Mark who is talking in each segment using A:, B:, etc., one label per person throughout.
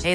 A: Hey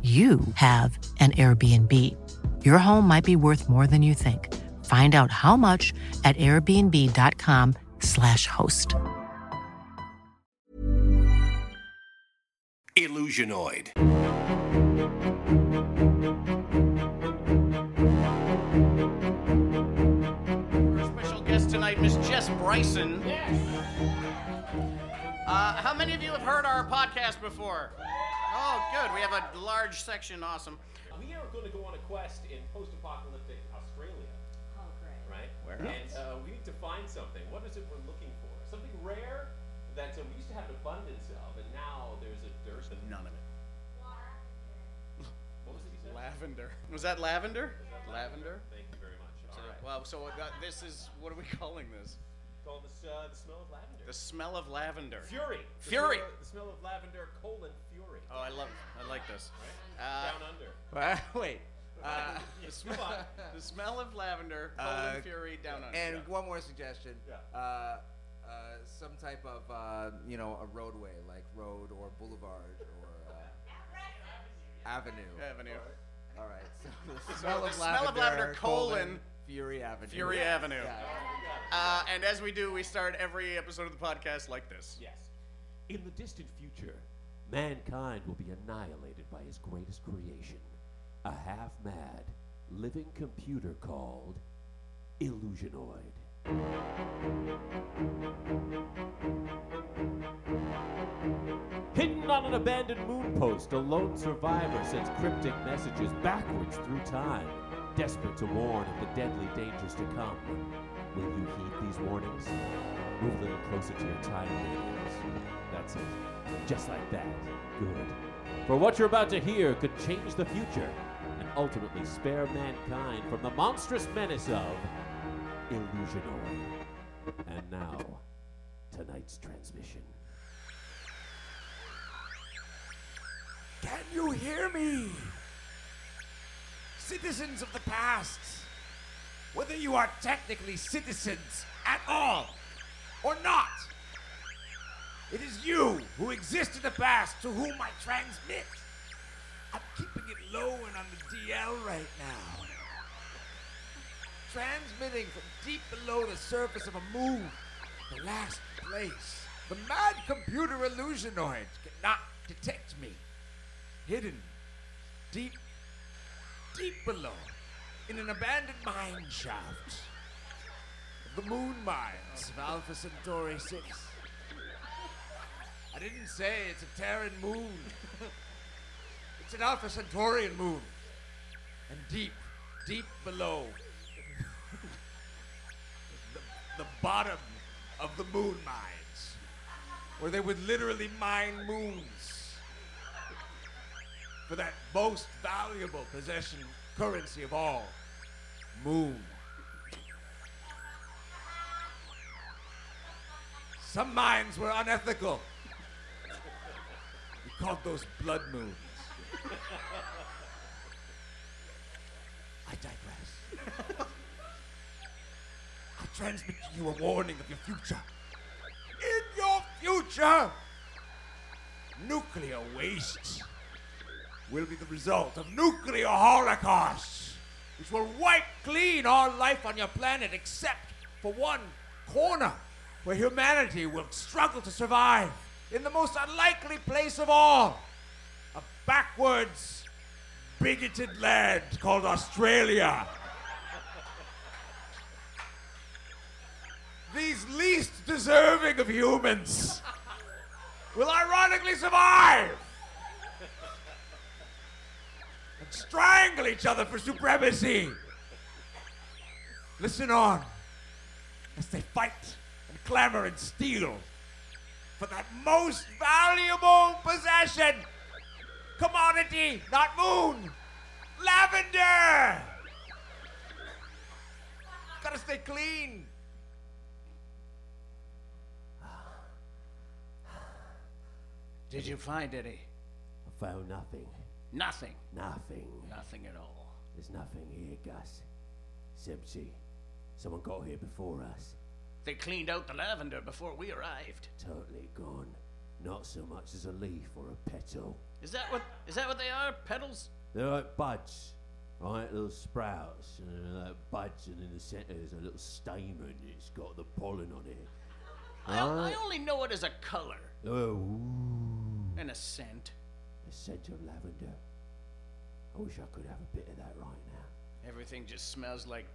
A: you have an Airbnb. Your home might be worth more than you think. Find out how much at airbnb.com/slash host.
B: Illusionoid.
C: Special guest tonight, Miss Jess Bryson. Yes. Uh, how many of you have heard our podcast before? Oh, good. We have a large section. Awesome.
D: We are going to go on a quest in post-apocalyptic Australia. Oh, great! Right? Where and uh, we need to find something. What is it we're looking for? Something rare that uh, we used to have an abundance of, and now there's a dearth of none of it. What was it you said?
C: Lavender. Was that lavender? Lavender.
D: Thank you very much. All right.
C: Wow. So uh, this is what are we calling this?
D: Call this uh, the smell of lavender.
C: The smell of lavender.
D: fury. The
C: Fury.
D: smell of- The smell of lavender colon fury.
C: Oh, I love. I like this.
D: Down under.
C: Uh, wait. Uh, the, smell,
D: Come on.
C: Uh, the smell of lavender, colon
E: Uh,
C: fury, down under.
E: And
C: Yeah.
E: one more suggestion.
D: Yeah.
E: Uh, uh, some type of, uh, you know, a roadway, like road or boulevard or uh, avenue.
C: Avenue.
E: All right. So the smell,
C: the
E: of,
C: smell
E: lavender,
C: of lavender, colon,
E: Fury Avenue.
C: Fury Avenue. Uh, and as we do, we start every episode of the podcast like this.
D: Yes. In the distant future, mankind will be annihilated by his greatest creation a half mad, living computer called Illusionoid. Hidden on an abandoned moon post, a lone survivor sends cryptic messages backwards through time, desperate to warn of the deadly dangers to come. Will you heed these warnings? Move a little closer to your time radios. That's it. Just like that. Good. For what you're about to hear could change the future and ultimately spare mankind from the monstrous menace of Illusionoid. And now, tonight's transmission.
E: Can you hear me? Citizens of the past, whether you are technically citizens at all or not, it is you who exist in the past to whom I transmit. I'm keeping it low and on the DL right now. Transmitting from deep below the surface of a moon, the last place. The mad computer illusionoid cannot detect me hidden deep, deep below, in an abandoned mine shaft. of The moon mines of Alpha Centauri 6. I didn't say it's a Terran moon. It's an Alpha Centaurian moon. And deep, deep below, the, the bottom of the moon mines, where they would literally mine moons for that most valuable possession, currency of all, moon. Some mines were unethical. We called those blood moons. I digress. I transmit to you a warning of your future. In your future, nuclear waste will be the result of nuclear holocausts, which will wipe clean all life on your planet except for one corner where humanity will struggle to survive in the most unlikely place of all a backwards, bigoted land called Australia. These least deserving of humans will ironically survive and strangle each other for supremacy. Listen on as they fight and clamor and steal for that most valuable possession commodity, not moon, Lavender! Gotta stay clean.
C: Did you find any?
D: I found nothing.
C: Nothing.
D: Nothing.
C: Nothing at all.
D: There's nothing here, Gus. It's empty. Someone got here before us.
C: They cleaned out the lavender before we arrived.
D: Totally gone. Not so much as a leaf or a petal.
C: Is that what is that what they are? Petals?
D: They're like buds, right? Little sprouts, and they're like buds, and in the centre is a little stamen. It's got the pollen on it.
C: I, I only know it as a color
D: Oh, ooh,
C: and a scent.
D: the scent of lavender. I wish I could have a bit of that right now.
C: Everything just smells like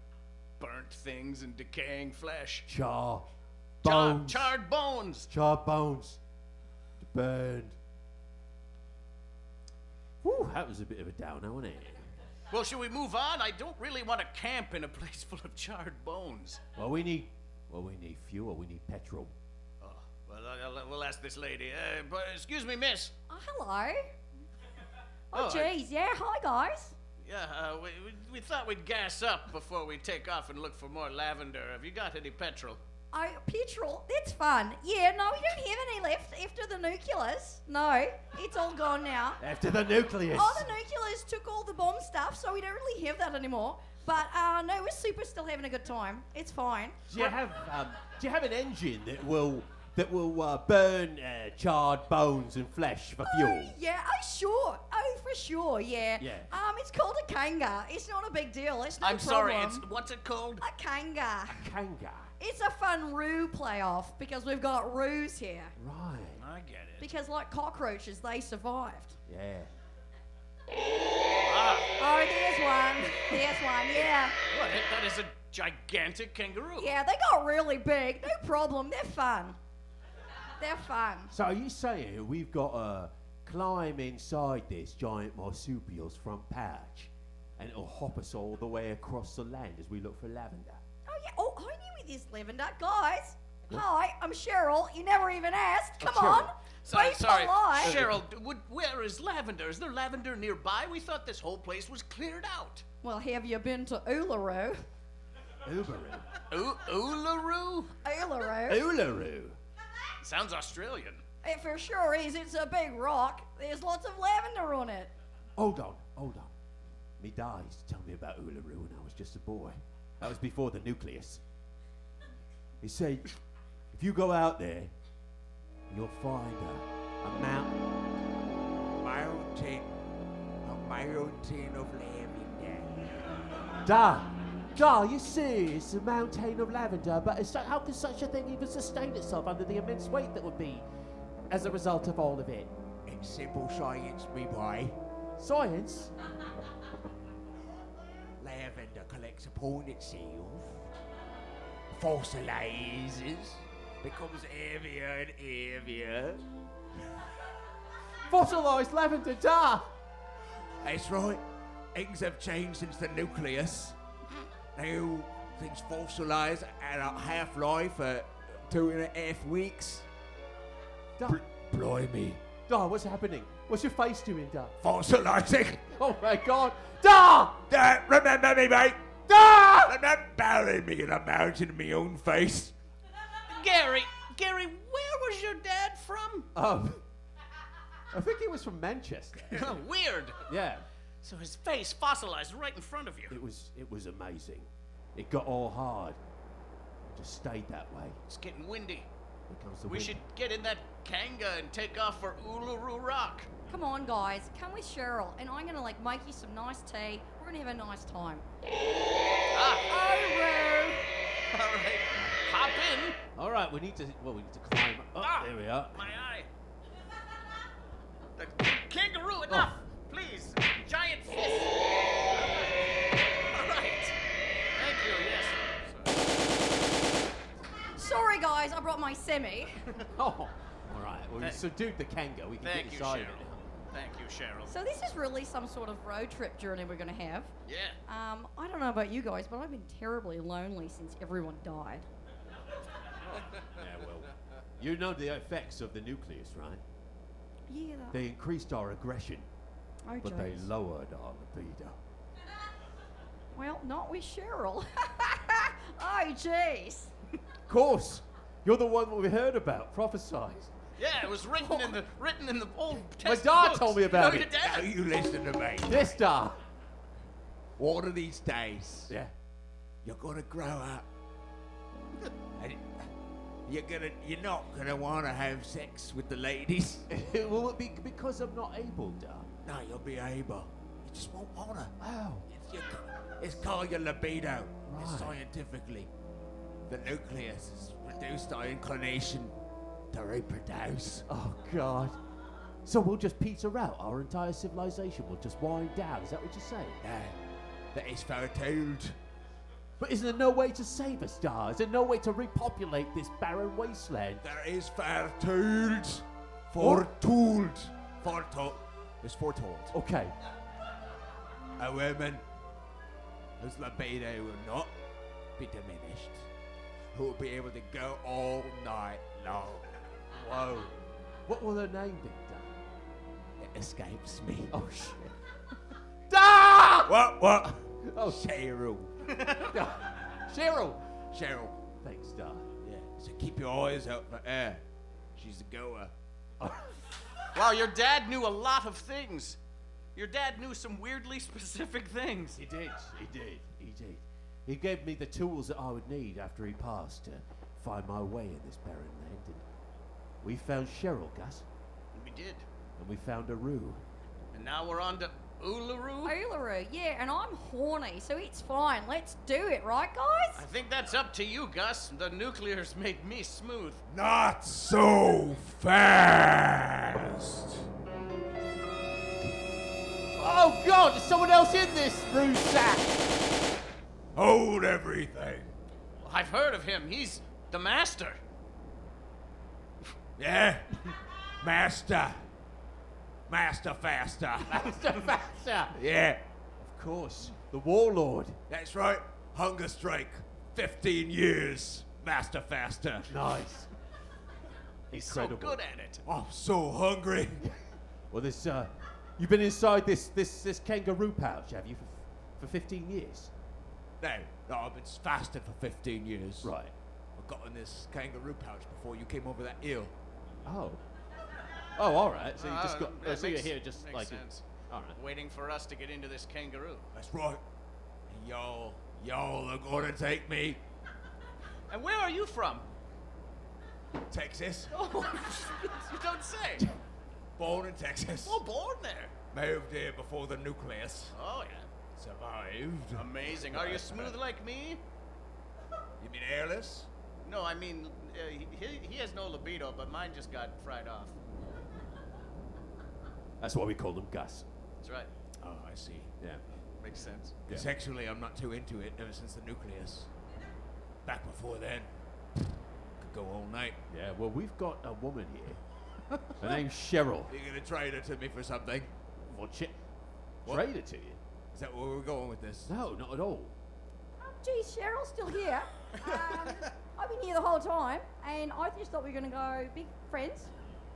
C: burnt things and decaying flesh.
D: Char,
C: Char-
D: bones,
C: charred bones.
D: char bones, burned. Whew, that was a bit of a downer, wasn't it?
C: Well, should we move on? I don't really want to camp in a place full of charred bones.
D: Well, we need, well, we need fuel. We need petrol.
C: Oh, well, I- I'll- we'll ask this lady. Uh, but excuse me, miss.
B: Oh, hello.
C: Oh,
B: Oh,
C: I-
B: jeez, yeah. Hi, guys.
C: Yeah, uh, we, we, we thought we'd gas up before we take off and look for more lavender. Have you got any petrol?
B: Oh, petrol. That's fun. Yeah. No, we don't have any left after the nucleus. No, it's all gone now.
D: After the nucleus.
B: All the nucleus took all the bomb stuff, so we don't really have that anymore. But uh, no, we're super still having a good time. It's fine.
D: Do you have um, Do you have an engine that will that will uh, burn uh, charred bones and flesh for fuel?
B: Oh, yeah. Oh, sure. Oh, for sure. Yeah.
D: Yeah.
B: Um, it's called a kanga. It's not a big deal. It's no
C: I'm sorry,
B: problem.
C: it's. What's it called?
B: a kanga.
D: Kanga.
B: It's a fun roo playoff because we've got roos here.
D: Right.
C: I get it.
B: Because like cockroaches, they survived.
D: Yeah.
B: Oh, there's one. There's one. Yeah.
C: What? That is a gigantic kangaroo.
B: Yeah, they got really big. No problem. They're fun. They're fun.
D: So are you saying we've got to climb inside this giant marsupial's front pouch, and it'll hop us all the way across the land as we look for lavender?
B: Oh yeah. Oh, I knew it is lavender, guys. Hi, I'm Cheryl. You never even asked. Come on.
D: Cheryl.
C: Oh, So-
B: Wait
C: sorry,
B: for life.
C: Cheryl. d- Would, where is lavender? Is there lavender nearby? We thought this whole place was cleared out.
B: Well, have you been to Uluru?
D: Uluru.
C: Ooh, Uluru?
B: Uluru.
D: Uluru.
C: Sounds Australian.
B: It for sure is. It's a big rock. There's lots of lavender on it.
D: Hold on. Hold on. Me dad used to tell me about Uluru when I was just a boy. That was before the nucleus. He said, if you go out there, you'll find a, a mountain.
E: Mountain, a mountain of lavender.
D: Da! Da, you see, it's a mountain of lavender, but it's, how can such a thing even sustain itself under the immense weight that would be as a result of all of it?
E: It's simple science, me boy.
D: Science?
E: Lavender collects upon itself, fossilizes, becomes heavier and heavier.
D: Fossilized lavender, da!
E: That's right. Things have changed since the nucleus. Now things fossilize at a half life at two and a half weeks.
D: Da,
E: Bl- blimey.
D: da, what's happening? What's your face doing, da?
E: Fossilizing.
D: Oh my god! Da!
E: Uh, remember me, mate.
D: Da!
E: And then bury me in a mountain in my own face.
C: Gary, Gary, where was your dad from?
D: Um, I think it was from Manchester.
C: Weird.
D: yeah,
C: So his face fossilized right in front of you.
D: it was. It was amazing. It got all hard. It just stayed that way.
C: It's getting windy.
D: Here comes the
C: We
D: wind.
C: should get in that kanga and take off for Uluru Rock.
B: Come on, guys. Come with Cheryl, and I'm gonna like make you some nice tea. We're gonna have a nice time. Uluru.
C: All right, hop in.
D: All right, we need to. Well, we need to climb. Oh,
C: Ah!
D: there we are.
C: My eye. The
D: Oh.
C: kangaroo, enough, please. Giant fist. All right. Thank you. Yes.
B: Sorry, guys. I brought my semi.
D: Oh, all right. Well, we
C: Thank-
D: subdued the kangaroo. We can
C: Thank
D: get
C: you,
D: inside
C: Cheryl.
D: of it now.
C: Thank you, Cheryl.
B: So this is really some sort of road trip journey we're gonna have.
C: Yeah.
B: Um, I don't know about you guys, but I've been terribly lonely since everyone died.
D: Yeah, well, you know the effects of the nucleus, right?
B: Yeah.
D: They increased our aggression,
B: oh,
D: but they
B: jeez.
D: lowered our libido.
B: Well, not with Cheryl. oh, jeez.
D: Of course. You're the one we heard about, prophesied.
C: Yeah, it was written in the written in the old
D: My
C: test
D: dad
C: books.
D: told me about
C: no,
D: it.
C: Your dad.
E: Now you listen to me.
D: Yes, Dad.
E: One of these days,
D: Yeah.
E: you're gonna grow up. And you're gonna you're not gonna wanna have sex with the ladies.
D: Will it be because I'm not able, Dad?
E: No, you'll be able. You just won't wanna.
D: Wow.
E: It's, your, it's called your libido. It's
D: Right.
E: scientifically. The nucleus has reduced our inclination to reproduce.
D: Oh, God. So we'll just peter out. Our entire civilization will just wind down. Is that what you're saying?
E: Now, that is foretold.
D: But is there no way to save us, Dad? Is there no way to repopulate this barren wasteland?
E: There is foretold. Foretold. Foretold. It's foretold.
D: Okay.
E: A woman whose libido will not be diminished, who will be able to go all night long. Whoa,
D: What will her name be, Dad?
E: it escapes me.
D: Oh, shit. Dad!
E: What, what?
D: Oh, shit.
E: Cheryl.
D: Cheryl.
E: Cheryl.
D: Thanks, Dad.
E: Yeah, so keep your eyes out for her. She's a goer.
C: Wow, your dad knew a lot of things. Your dad knew some weirdly specific things.
D: He did. He did. He did. He gave me the tools that I would need after he passed to find my way in this barren land. And we found Cheryl, Gus,
C: We did.
D: and we found Aru.
C: And now we're on to Uluru.
B: Uluru, yeah, and I'm horny, so it's fine. Let's do it, right, guys?
C: I think that's up to you, Gus. The nuclears made me smooth.
E: Not so fast.
D: Oh God! There's someone else in this rude sack.
E: Hold everything.
C: I've heard of him. He's the master.
E: Yeah? Master. Master faster.
D: Master, master.
E: yeah.
D: Of course, the warlord.
E: That's right. Hunger strike. 15 years. Master faster.
D: Nice.
C: He's
D: Incredible.
C: so good at it.
E: I'm so hungry.
D: Well, this. Uh, you've been inside this this this kangaroo pouch, have you, for, for 15 years?
E: No, no, I've been fasting for 15 years.
D: Right.
E: I got in this kangaroo pouch before you came over that hill.
D: Oh. Oh, all right. So you
C: Uh,
D: just got.
C: that
D: so you're
C: makes-
D: here just
C: makes
D: like.
C: sense.
D: All right.
C: Waiting for us to get into this kangaroo.
E: That's right. And y'all, y'all are gonna take me.
C: And where are you from?
E: Texas.
D: Oh.
C: you don't say.
E: Born in Texas.
D: Oh.
C: Well, born there.
E: Moved here before the nucleus.
C: Oh yeah.
E: Survived.
C: Amazing. Are you smooth like me?
E: You mean airless?
C: No, I mean uh, he, he- he has no libido, but mine just got fried off.
D: That's why we call them Gus.
C: That's right.
E: Oh, I see.
D: Yeah.
C: Makes sense.
D: Yeah.
E: Sexually, I'm not too into it ever since the nucleus. Back before then, could go all night.
D: Yeah. Well, we've got a woman here. Her name's Cheryl.
E: You're gonna trade her to me for something?
D: Well, che-
E: What?
D: traitor to you?
E: Is that where we're going with this?
D: No, not at all.
B: Oh, geez, Cheryl's still here. Um, I've been here the whole time, and I just thought we were going to go big friends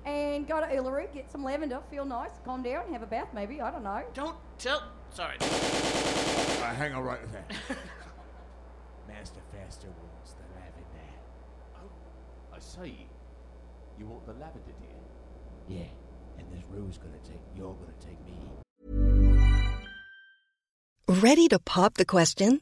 B: and go to Uluru, get some lavender, feel nice, calm down, have a bath maybe, I don't know.
C: Don't tell. Sorry.
E: Alright, hang on right there. Master Faster wants the lavender.
D: Oh, I say, you want the lavender, dear?
E: Yeah, and this Rue's gonna take, you're gonna take me.
F: Ready to pop the question?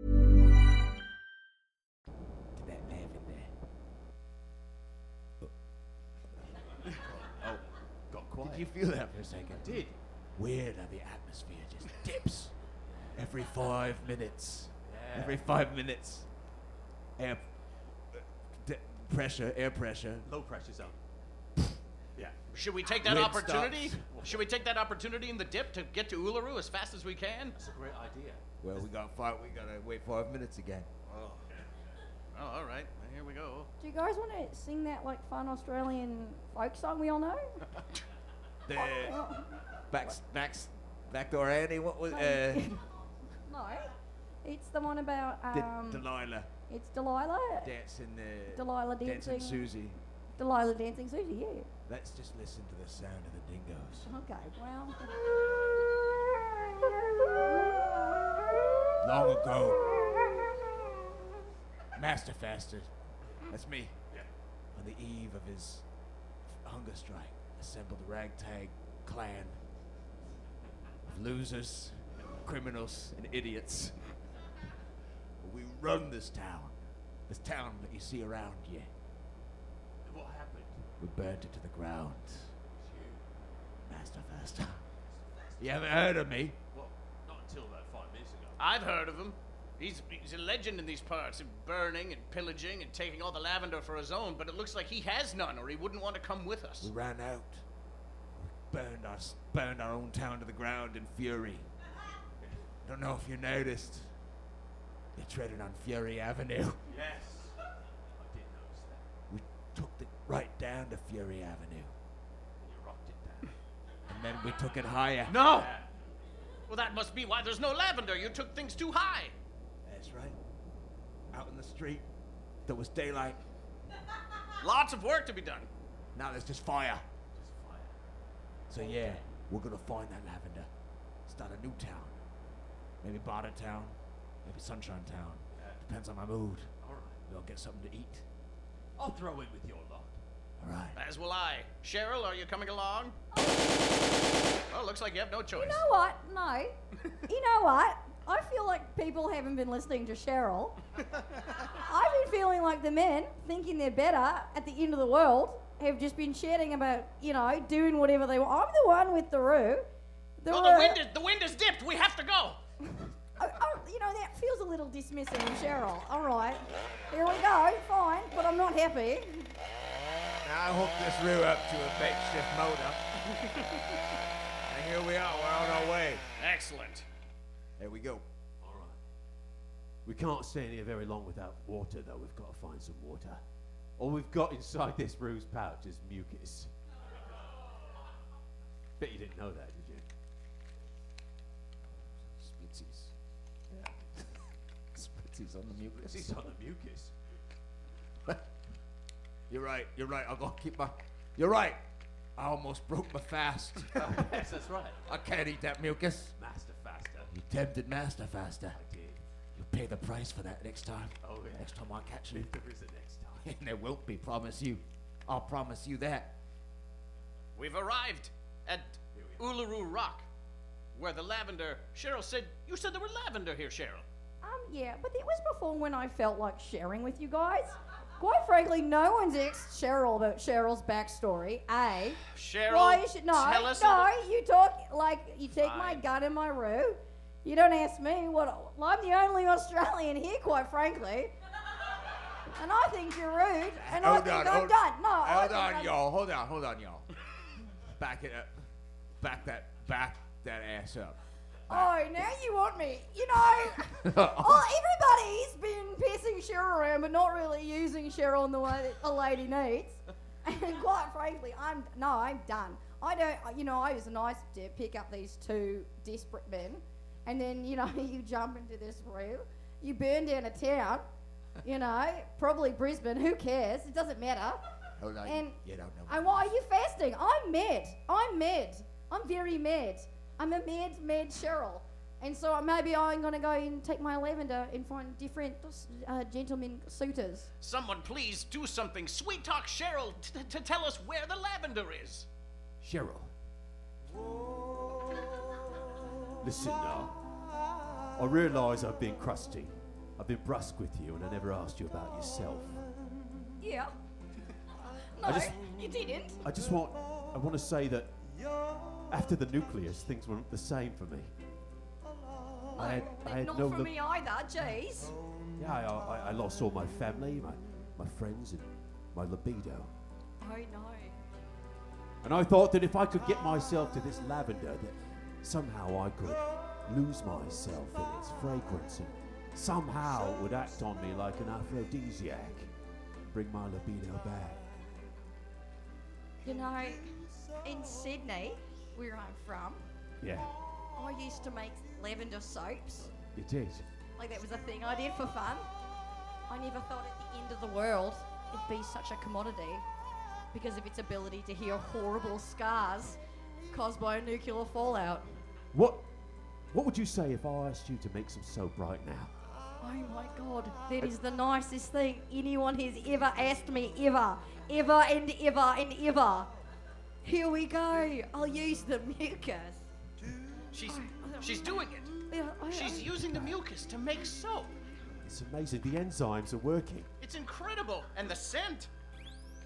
E: To that lavender.
D: Oh, got quiet.
E: Did you feel that for a second?
D: did.
E: Weird how the atmosphere just dips every five minutes. Every five minutes. Air. uh, d- pressure, air pressure.
D: Low pressure zone.
E: Yeah.
C: Should we take that
E: Red
C: opportunity?
E: stops.
C: Should we take that opportunity in the dip to get to Uluru as fast as we can?
D: That's a great idea.
E: Well, we got five. We gotta wait five minutes again.
C: Oh, all right. Well, Here we go.
B: Do you guys want to sing that like fun Australian folk song we all know?
E: The back, back, backdoor Annie. What
B: Um,
E: was uh,
B: no, it's the one about
E: De-
B: um,
E: Delilah
B: it's Delilah,
E: dancing the
B: Delilah
E: dancing
B: dancing,
E: Susie?
B: Delilah dancing Susie. Yeah.
E: Let's just listen to the sound of the dingoes.
B: Okay. Well.
E: Long ago, Master Faster, that's me, on the eve of his hunger strike, assembled a ragtag clan of losers, criminals, and idiots. We run this town, this town that you see around you.
D: What happened?
E: We burnt it to the ground. Master Faster. You haven't heard of me?
D: Well, not until about five minutes ago.
C: I've heard of him. He's, he's a legend in these parts, of burning and pillaging and taking all the lavender for his own, but it looks like he has none or he wouldn't want to come with us.
E: We ran out. We burned our, burned our own town to the ground in fury. I don't know if you noticed. They treaded on Fury Avenue.
D: Yes. I did notice that.
E: We took it right down to Fury Avenue.
D: You rocked it down.
E: And then we took it higher.
C: No! Well, that must be why there's no lavender. You took things too high.
E: That's right. Out in the street, there was daylight.
C: Lots of work to be done.
E: Now there's just fire.
D: Just fire.
E: So yeah, we're gonna find that lavender. Start a new town. Maybe Barter Town. Maybe Sunshine Town. Depends on my mood.
D: All right.
E: We'll get something to eat.
D: I'll throw in with your lot.
E: All right.
C: As will I. Cheryl, are you coming along? Well, looks like you have no choice.
B: You know what? No. you know what? I feel like people haven't been listening to Cheryl. I've been feeling like the men, thinking they're better at the end of the world, have just been shouting about, you know, doing whatever they want. I'm the one with the roo. The
C: Well,
B: Roo-
C: Oh, the wind is the wind is dipped. We have to go.
B: Oh, oh, you know, that feels a little dismissive of Cheryl. All right. Here we go. Fine. But I'm not happy.
E: Now I hooked this rear up to a makeshift motor. and here we are, we're on our way.
C: Excellent.
E: There we go.
D: All right. We can't stay in here very long without water, though. We've got to find some water. All we've got inside this bruised pouch is mucus. Bet you didn't know that, did you?
E: Spritsies. Yeah. Spritsies on the
D: It's
E: mucus.
D: on the mucus.
E: You're right, you're right. I'll go keep my. You're right. I almost broke my fast.
D: yes, that's right.
E: I can't eat that mucus.
D: Master faster.
E: You tempted Master Faster.
D: I did.
E: You'll pay the price for that next time.
D: Oh, yeah.
E: Next time I catch you.
D: There is a next time.
E: and there won't be, promise you. I'll promise you that.
C: We've arrived at Uluru Rock, where the lavender. Cheryl said you said there were lavender here, Cheryl.
B: Um, yeah, but it was before when I felt like sharing with you guys. Quite frankly, no one's asked Cheryl about Cheryl's backstory. A.
C: Cheryl,
B: Why you should no,
C: tell us. a
B: no.
C: little-
B: You talk like you take my
C: Fine.
B: gun in my room. You don't ask me what. well, I'm the only Australian here, quite frankly. And I think you're rude. And I think I'm done. No, I
E: hold
B: think
E: on,
B: I'm-
E: y'all. Hold on, hold on, y'all. back it up. Back that, back that ass up.
B: Oh, now you want me. You know, oh, everybody's been pissing Cheryl around, but not really using Cheryl in the way that a lady needs. And quite frankly, I'm no, I'm done. I don't, you know, I was nice to pick up these two desperate men, and then you know you jump into this room, you burn down a town, you know, probably Brisbane. Who cares? It doesn't matter.
E: Hold on.
B: And-
E: you don't know.
B: And why are you fasting? I'm mad. I'm mad. I'm very mad. I'm a mad, mad Cheryl. And so maybe I'm going to go and take my lavender and find different uh, gentlemen suitors.
C: Someone, please do something. Sweet talk Cheryl t- to tell us where the lavender is.
D: Cheryl. Listen now. I realise I've been crusty. I've been brusque with you, and I never asked you about yourself.
B: Yeah. no,
D: I just-
B: you didn't.
D: I just want I want to say that after the nucleus, things weren't the same for me. I had, I had
B: Not
D: no
B: for
D: lo-
B: me either, jeez.
D: Yeah, I, I, I lost all my family, my, my friends, and my libido.
B: Oh, no.
D: And I thought that if I could get myself to this lavender, that somehow I could lose myself in its fragrance and somehow it would act on me like an aphrodisiac, bring my libido back.
B: You know, in Sydney, where I'm from,
D: Yeah,
B: I used to make lavender soaps.
D: it did.
B: Like that was a thing I did for fun. I never thought at the end of the world it'd be such a commodity because of its ability to heal horrible scars caused by a nuclear fallout.
D: What, what would you say if I asked you to make some soap right now?
B: Oh my god, that is the nicest thing anyone has ever asked me, ever, ever and ever and ever. Here we go. I'll use the mucus.
C: She's she's doing it.
B: Yeah, I-
C: She's
B: I-
C: using the mucus to make soap.
D: It's amazing. The enzymes are working.
C: It's incredible, and the scent.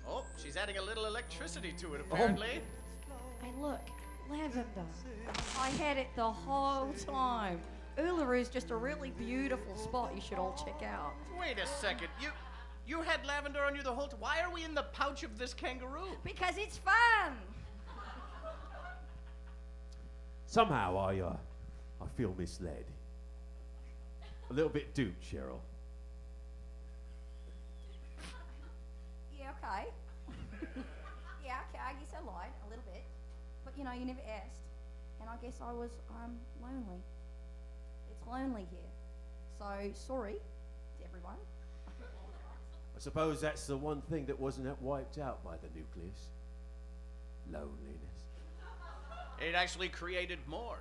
C: Oh, she's adding a little electricity to it
D: Oh.
C: apparently.
B: And look, lavender. I had it the whole time. Uluru is just a really beautiful spot you should all check out.
C: Wait a second, you you had lavender on you the whole time. Why are we in the pouch of this kangaroo?
B: Because it's fun!
D: Somehow I, uh, I feel misled. A little bit duped, Cheryl.
B: Yeah, okay. yeah, okay, I guess I lied a little bit. But you know, you never asked. And I guess I was um lonely. It's lonely here. So sorry to everyone.
D: I suppose that's the one thing that wasn't that wiped out by the nucleus. Loneliness.
C: It actually created more.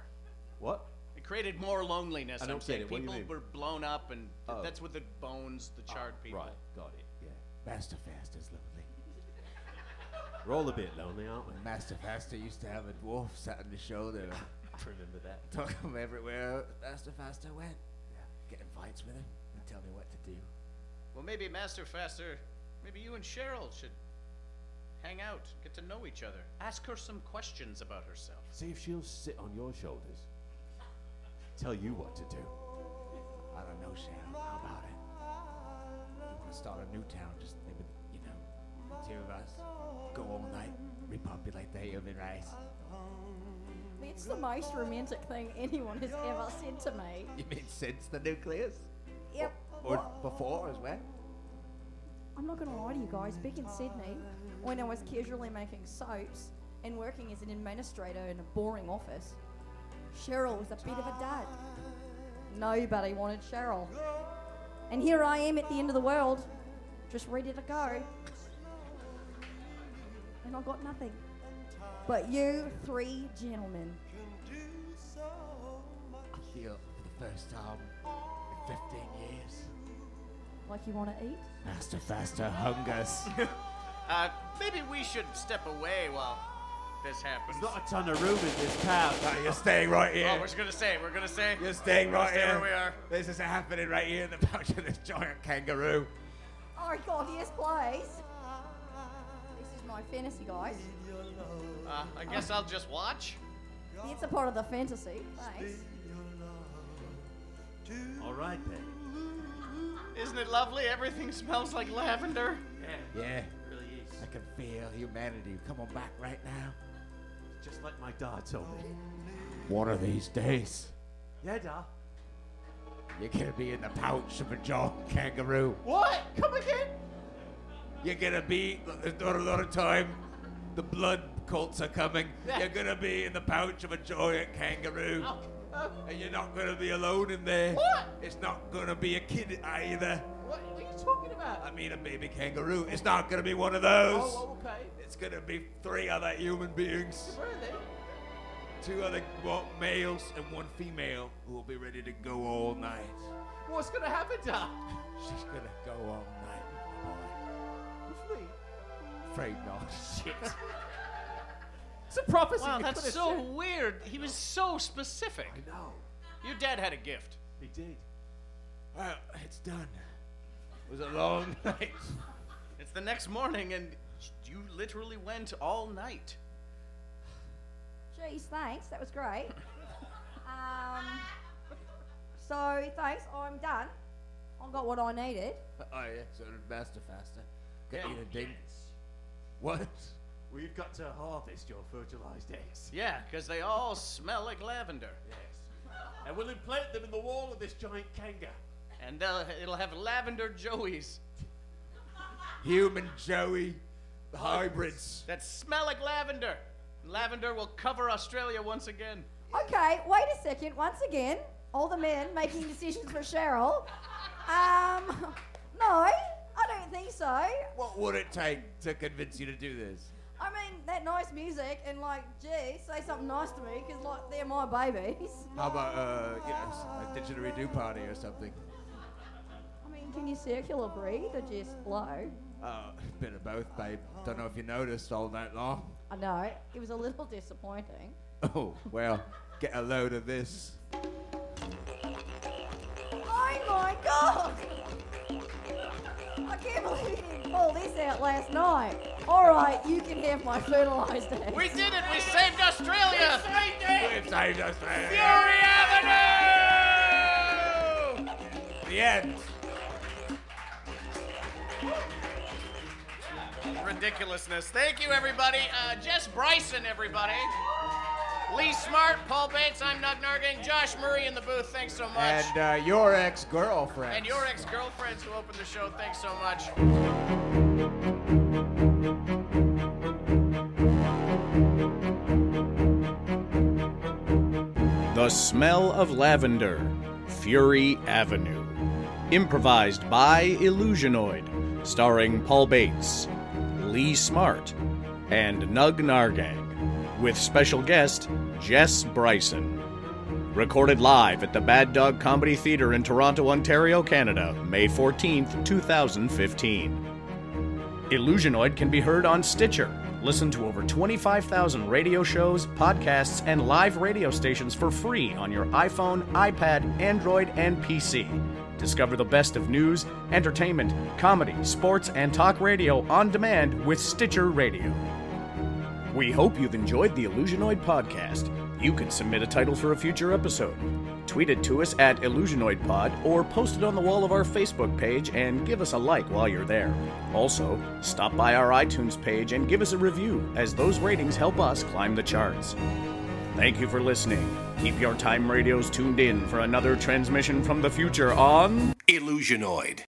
D: What?
C: It created more loneliness.
D: I don't
C: I'm
D: get
C: saying.
D: it. What do you
C: People
D: mean?
C: were blown up, and th-
D: Oh.
C: that's what the bones, the charred people.
D: Right, got it. Yeah.
E: Master Fast is lovely.
D: We're all a bit lonely, aren't we?
E: Master Faster used to have a dwarf sat on his shoulder and
D: I remember that.
E: took him everywhere Master Faster went. Get in fights with him and tell me what to do.
C: Well, maybe Master Faster, maybe you and Cheryl should hang out, get to know each other, ask her some questions about herself.
D: See if she'll sit on your shoulders. Tell you what to do.
E: I don't know, Sharon. How about it? You want to start a new town? Just maybe, you know, the two of us go all night, repopulate the human race.
B: It's the most romantic thing anyone has ever said to me.
E: You mean since the nucleus?
B: Yep.
E: Or before as well?
B: I'm not going to lie to you guys. Back in Sydney, when I was casually making soaps and working as an administrator in a boring office, Cheryl was a bit of a dud. Nobody wanted Cheryl. And here I am at the end of the world, just ready to go. And I got nothing. But you three gentlemen.
E: I feel for the first time in 15 years.
B: Like you want to eat?
E: Master Faster hungers.
C: Uh, maybe we should step away while this happens.
D: There's not a ton of room in this town.
E: you're staying right
C: Oh,
E: here.
C: we're just gonna say, we're gonna say.
E: you're staying right
C: Stay
E: here.
C: where we are.
E: This is happening right here in the pouch of this giant kangaroo.
B: Oh, God, yes, please. This is my fantasy, guys.
C: Uh, I guess I'll just watch.
B: It's a part of the fantasy. Thanks.
D: All right then.
C: Isn't it lovely? Everything smells like lavender.
E: Yeah,
D: really is.
E: I can feel humanity. Come on back right now.
D: Just like my dad told me.
E: One of these days,
D: Yeah, da.
E: you're gonna be in the pouch of a giant kangaroo.
C: What? Come again?
E: You're gonna be. There's not a lot of time. The blood cults are coming. You're gonna be in the pouch of a giant kangaroo.
C: Oh, uh,
E: And you're not gonna be alone in there.
C: What?
E: It's not gonna be a kid either.
C: what are you talking about?
E: I mean, a baby kangaroo. It's not gonna be one of those.
C: Oh, okay.
E: It's gonna be three other human beings,
C: Where are they?
E: two other well, males and one female who will be ready to go all night.
C: What's gonna happen, Doc?
E: She's gonna go all night,
C: Lovely.
E: boy. Afraid not. Shit.
D: It's a prophecy.
C: Wow, that's so weird. He was so specific.
D: No,
C: Your dad had a gift.
D: he did.
E: Well, it's done. It was a long night.
C: It's the next morning, and you literally went all night.
B: Geez, thanks. That was great. um, so thanks. I'm done. I got what I needed.
E: Oh yeah, so faster, faster.
C: Yeah.
E: What?
G: We've got to harvest your fertilized eggs.
C: Yeah, because they all smell like lavender.
G: Yes. and we'll implant them in the wall of this giant kanga.
C: And they'll, it'll have lavender joeys
E: Human Joey, the hybrids.
C: that smell like lavender. And lavender will cover Australia once again.
B: Okay, wait a second. Once again, all the men making decisions for Cheryl. Um, no, I don't think so. I
E: What would it take to convince you to do this?
B: mean, that nice music and like, gee, say something nice to me because like they're my babies.
E: How about uh, you know, s- a didgeridoo party or something?
B: I mean, can you circular breathe or just low?
E: Uh, bit of both, babe. Don't know if you noticed all that long.
B: I know it was a little disappointing.
E: Oh well, get a load of this.
B: Oh my god! I can't believe you didn't pull this out last night. All right, you can have my fertilized eggs.
C: We did it! We saved Australia!
E: We've saved us.
C: Fury Avenue!
E: The end.
C: Ridiculousness. Thank you, everybody. Uh, Jess Bryson, everybody. Lee Smart, Paul Bates, I'm Nug Nargang, Josh Murray in the booth, thanks so much.
E: And uh, your ex-girlfriend.
C: and your ex girlfriends who opened the show, thanks so much.
H: The Smell of Lavender, Fury Avenue. Improvised by Illusionoid, starring Paul Bates, Lee Smart, and Nug Nargang, with special guest Jess Bryson. Recorded live at the Bad Dog Comedy Theatre in Toronto, Ontario, Canada, May 14th, 2015. Illusionoid can be heard on Stitcher. Listen to over 25,000 radio shows, podcasts, and live radio stations for free on your iPhone, iPad, Android, and PC. Discover the best of news, entertainment, comedy, sports, and talk radio on demand with Stitcher Radio. We hope you've enjoyed the Illusionoid podcast. You can submit a title for a future episode. Tweet it to us at IllusionoidPod or post it on the wall of our Facebook page and give us a like while you're there. Also, stop by our iTunes page and give us a review, as those ratings help us climb the charts. Thank you for listening. Keep your time radios tuned in for another transmission from the future on.
I: Illusionoid.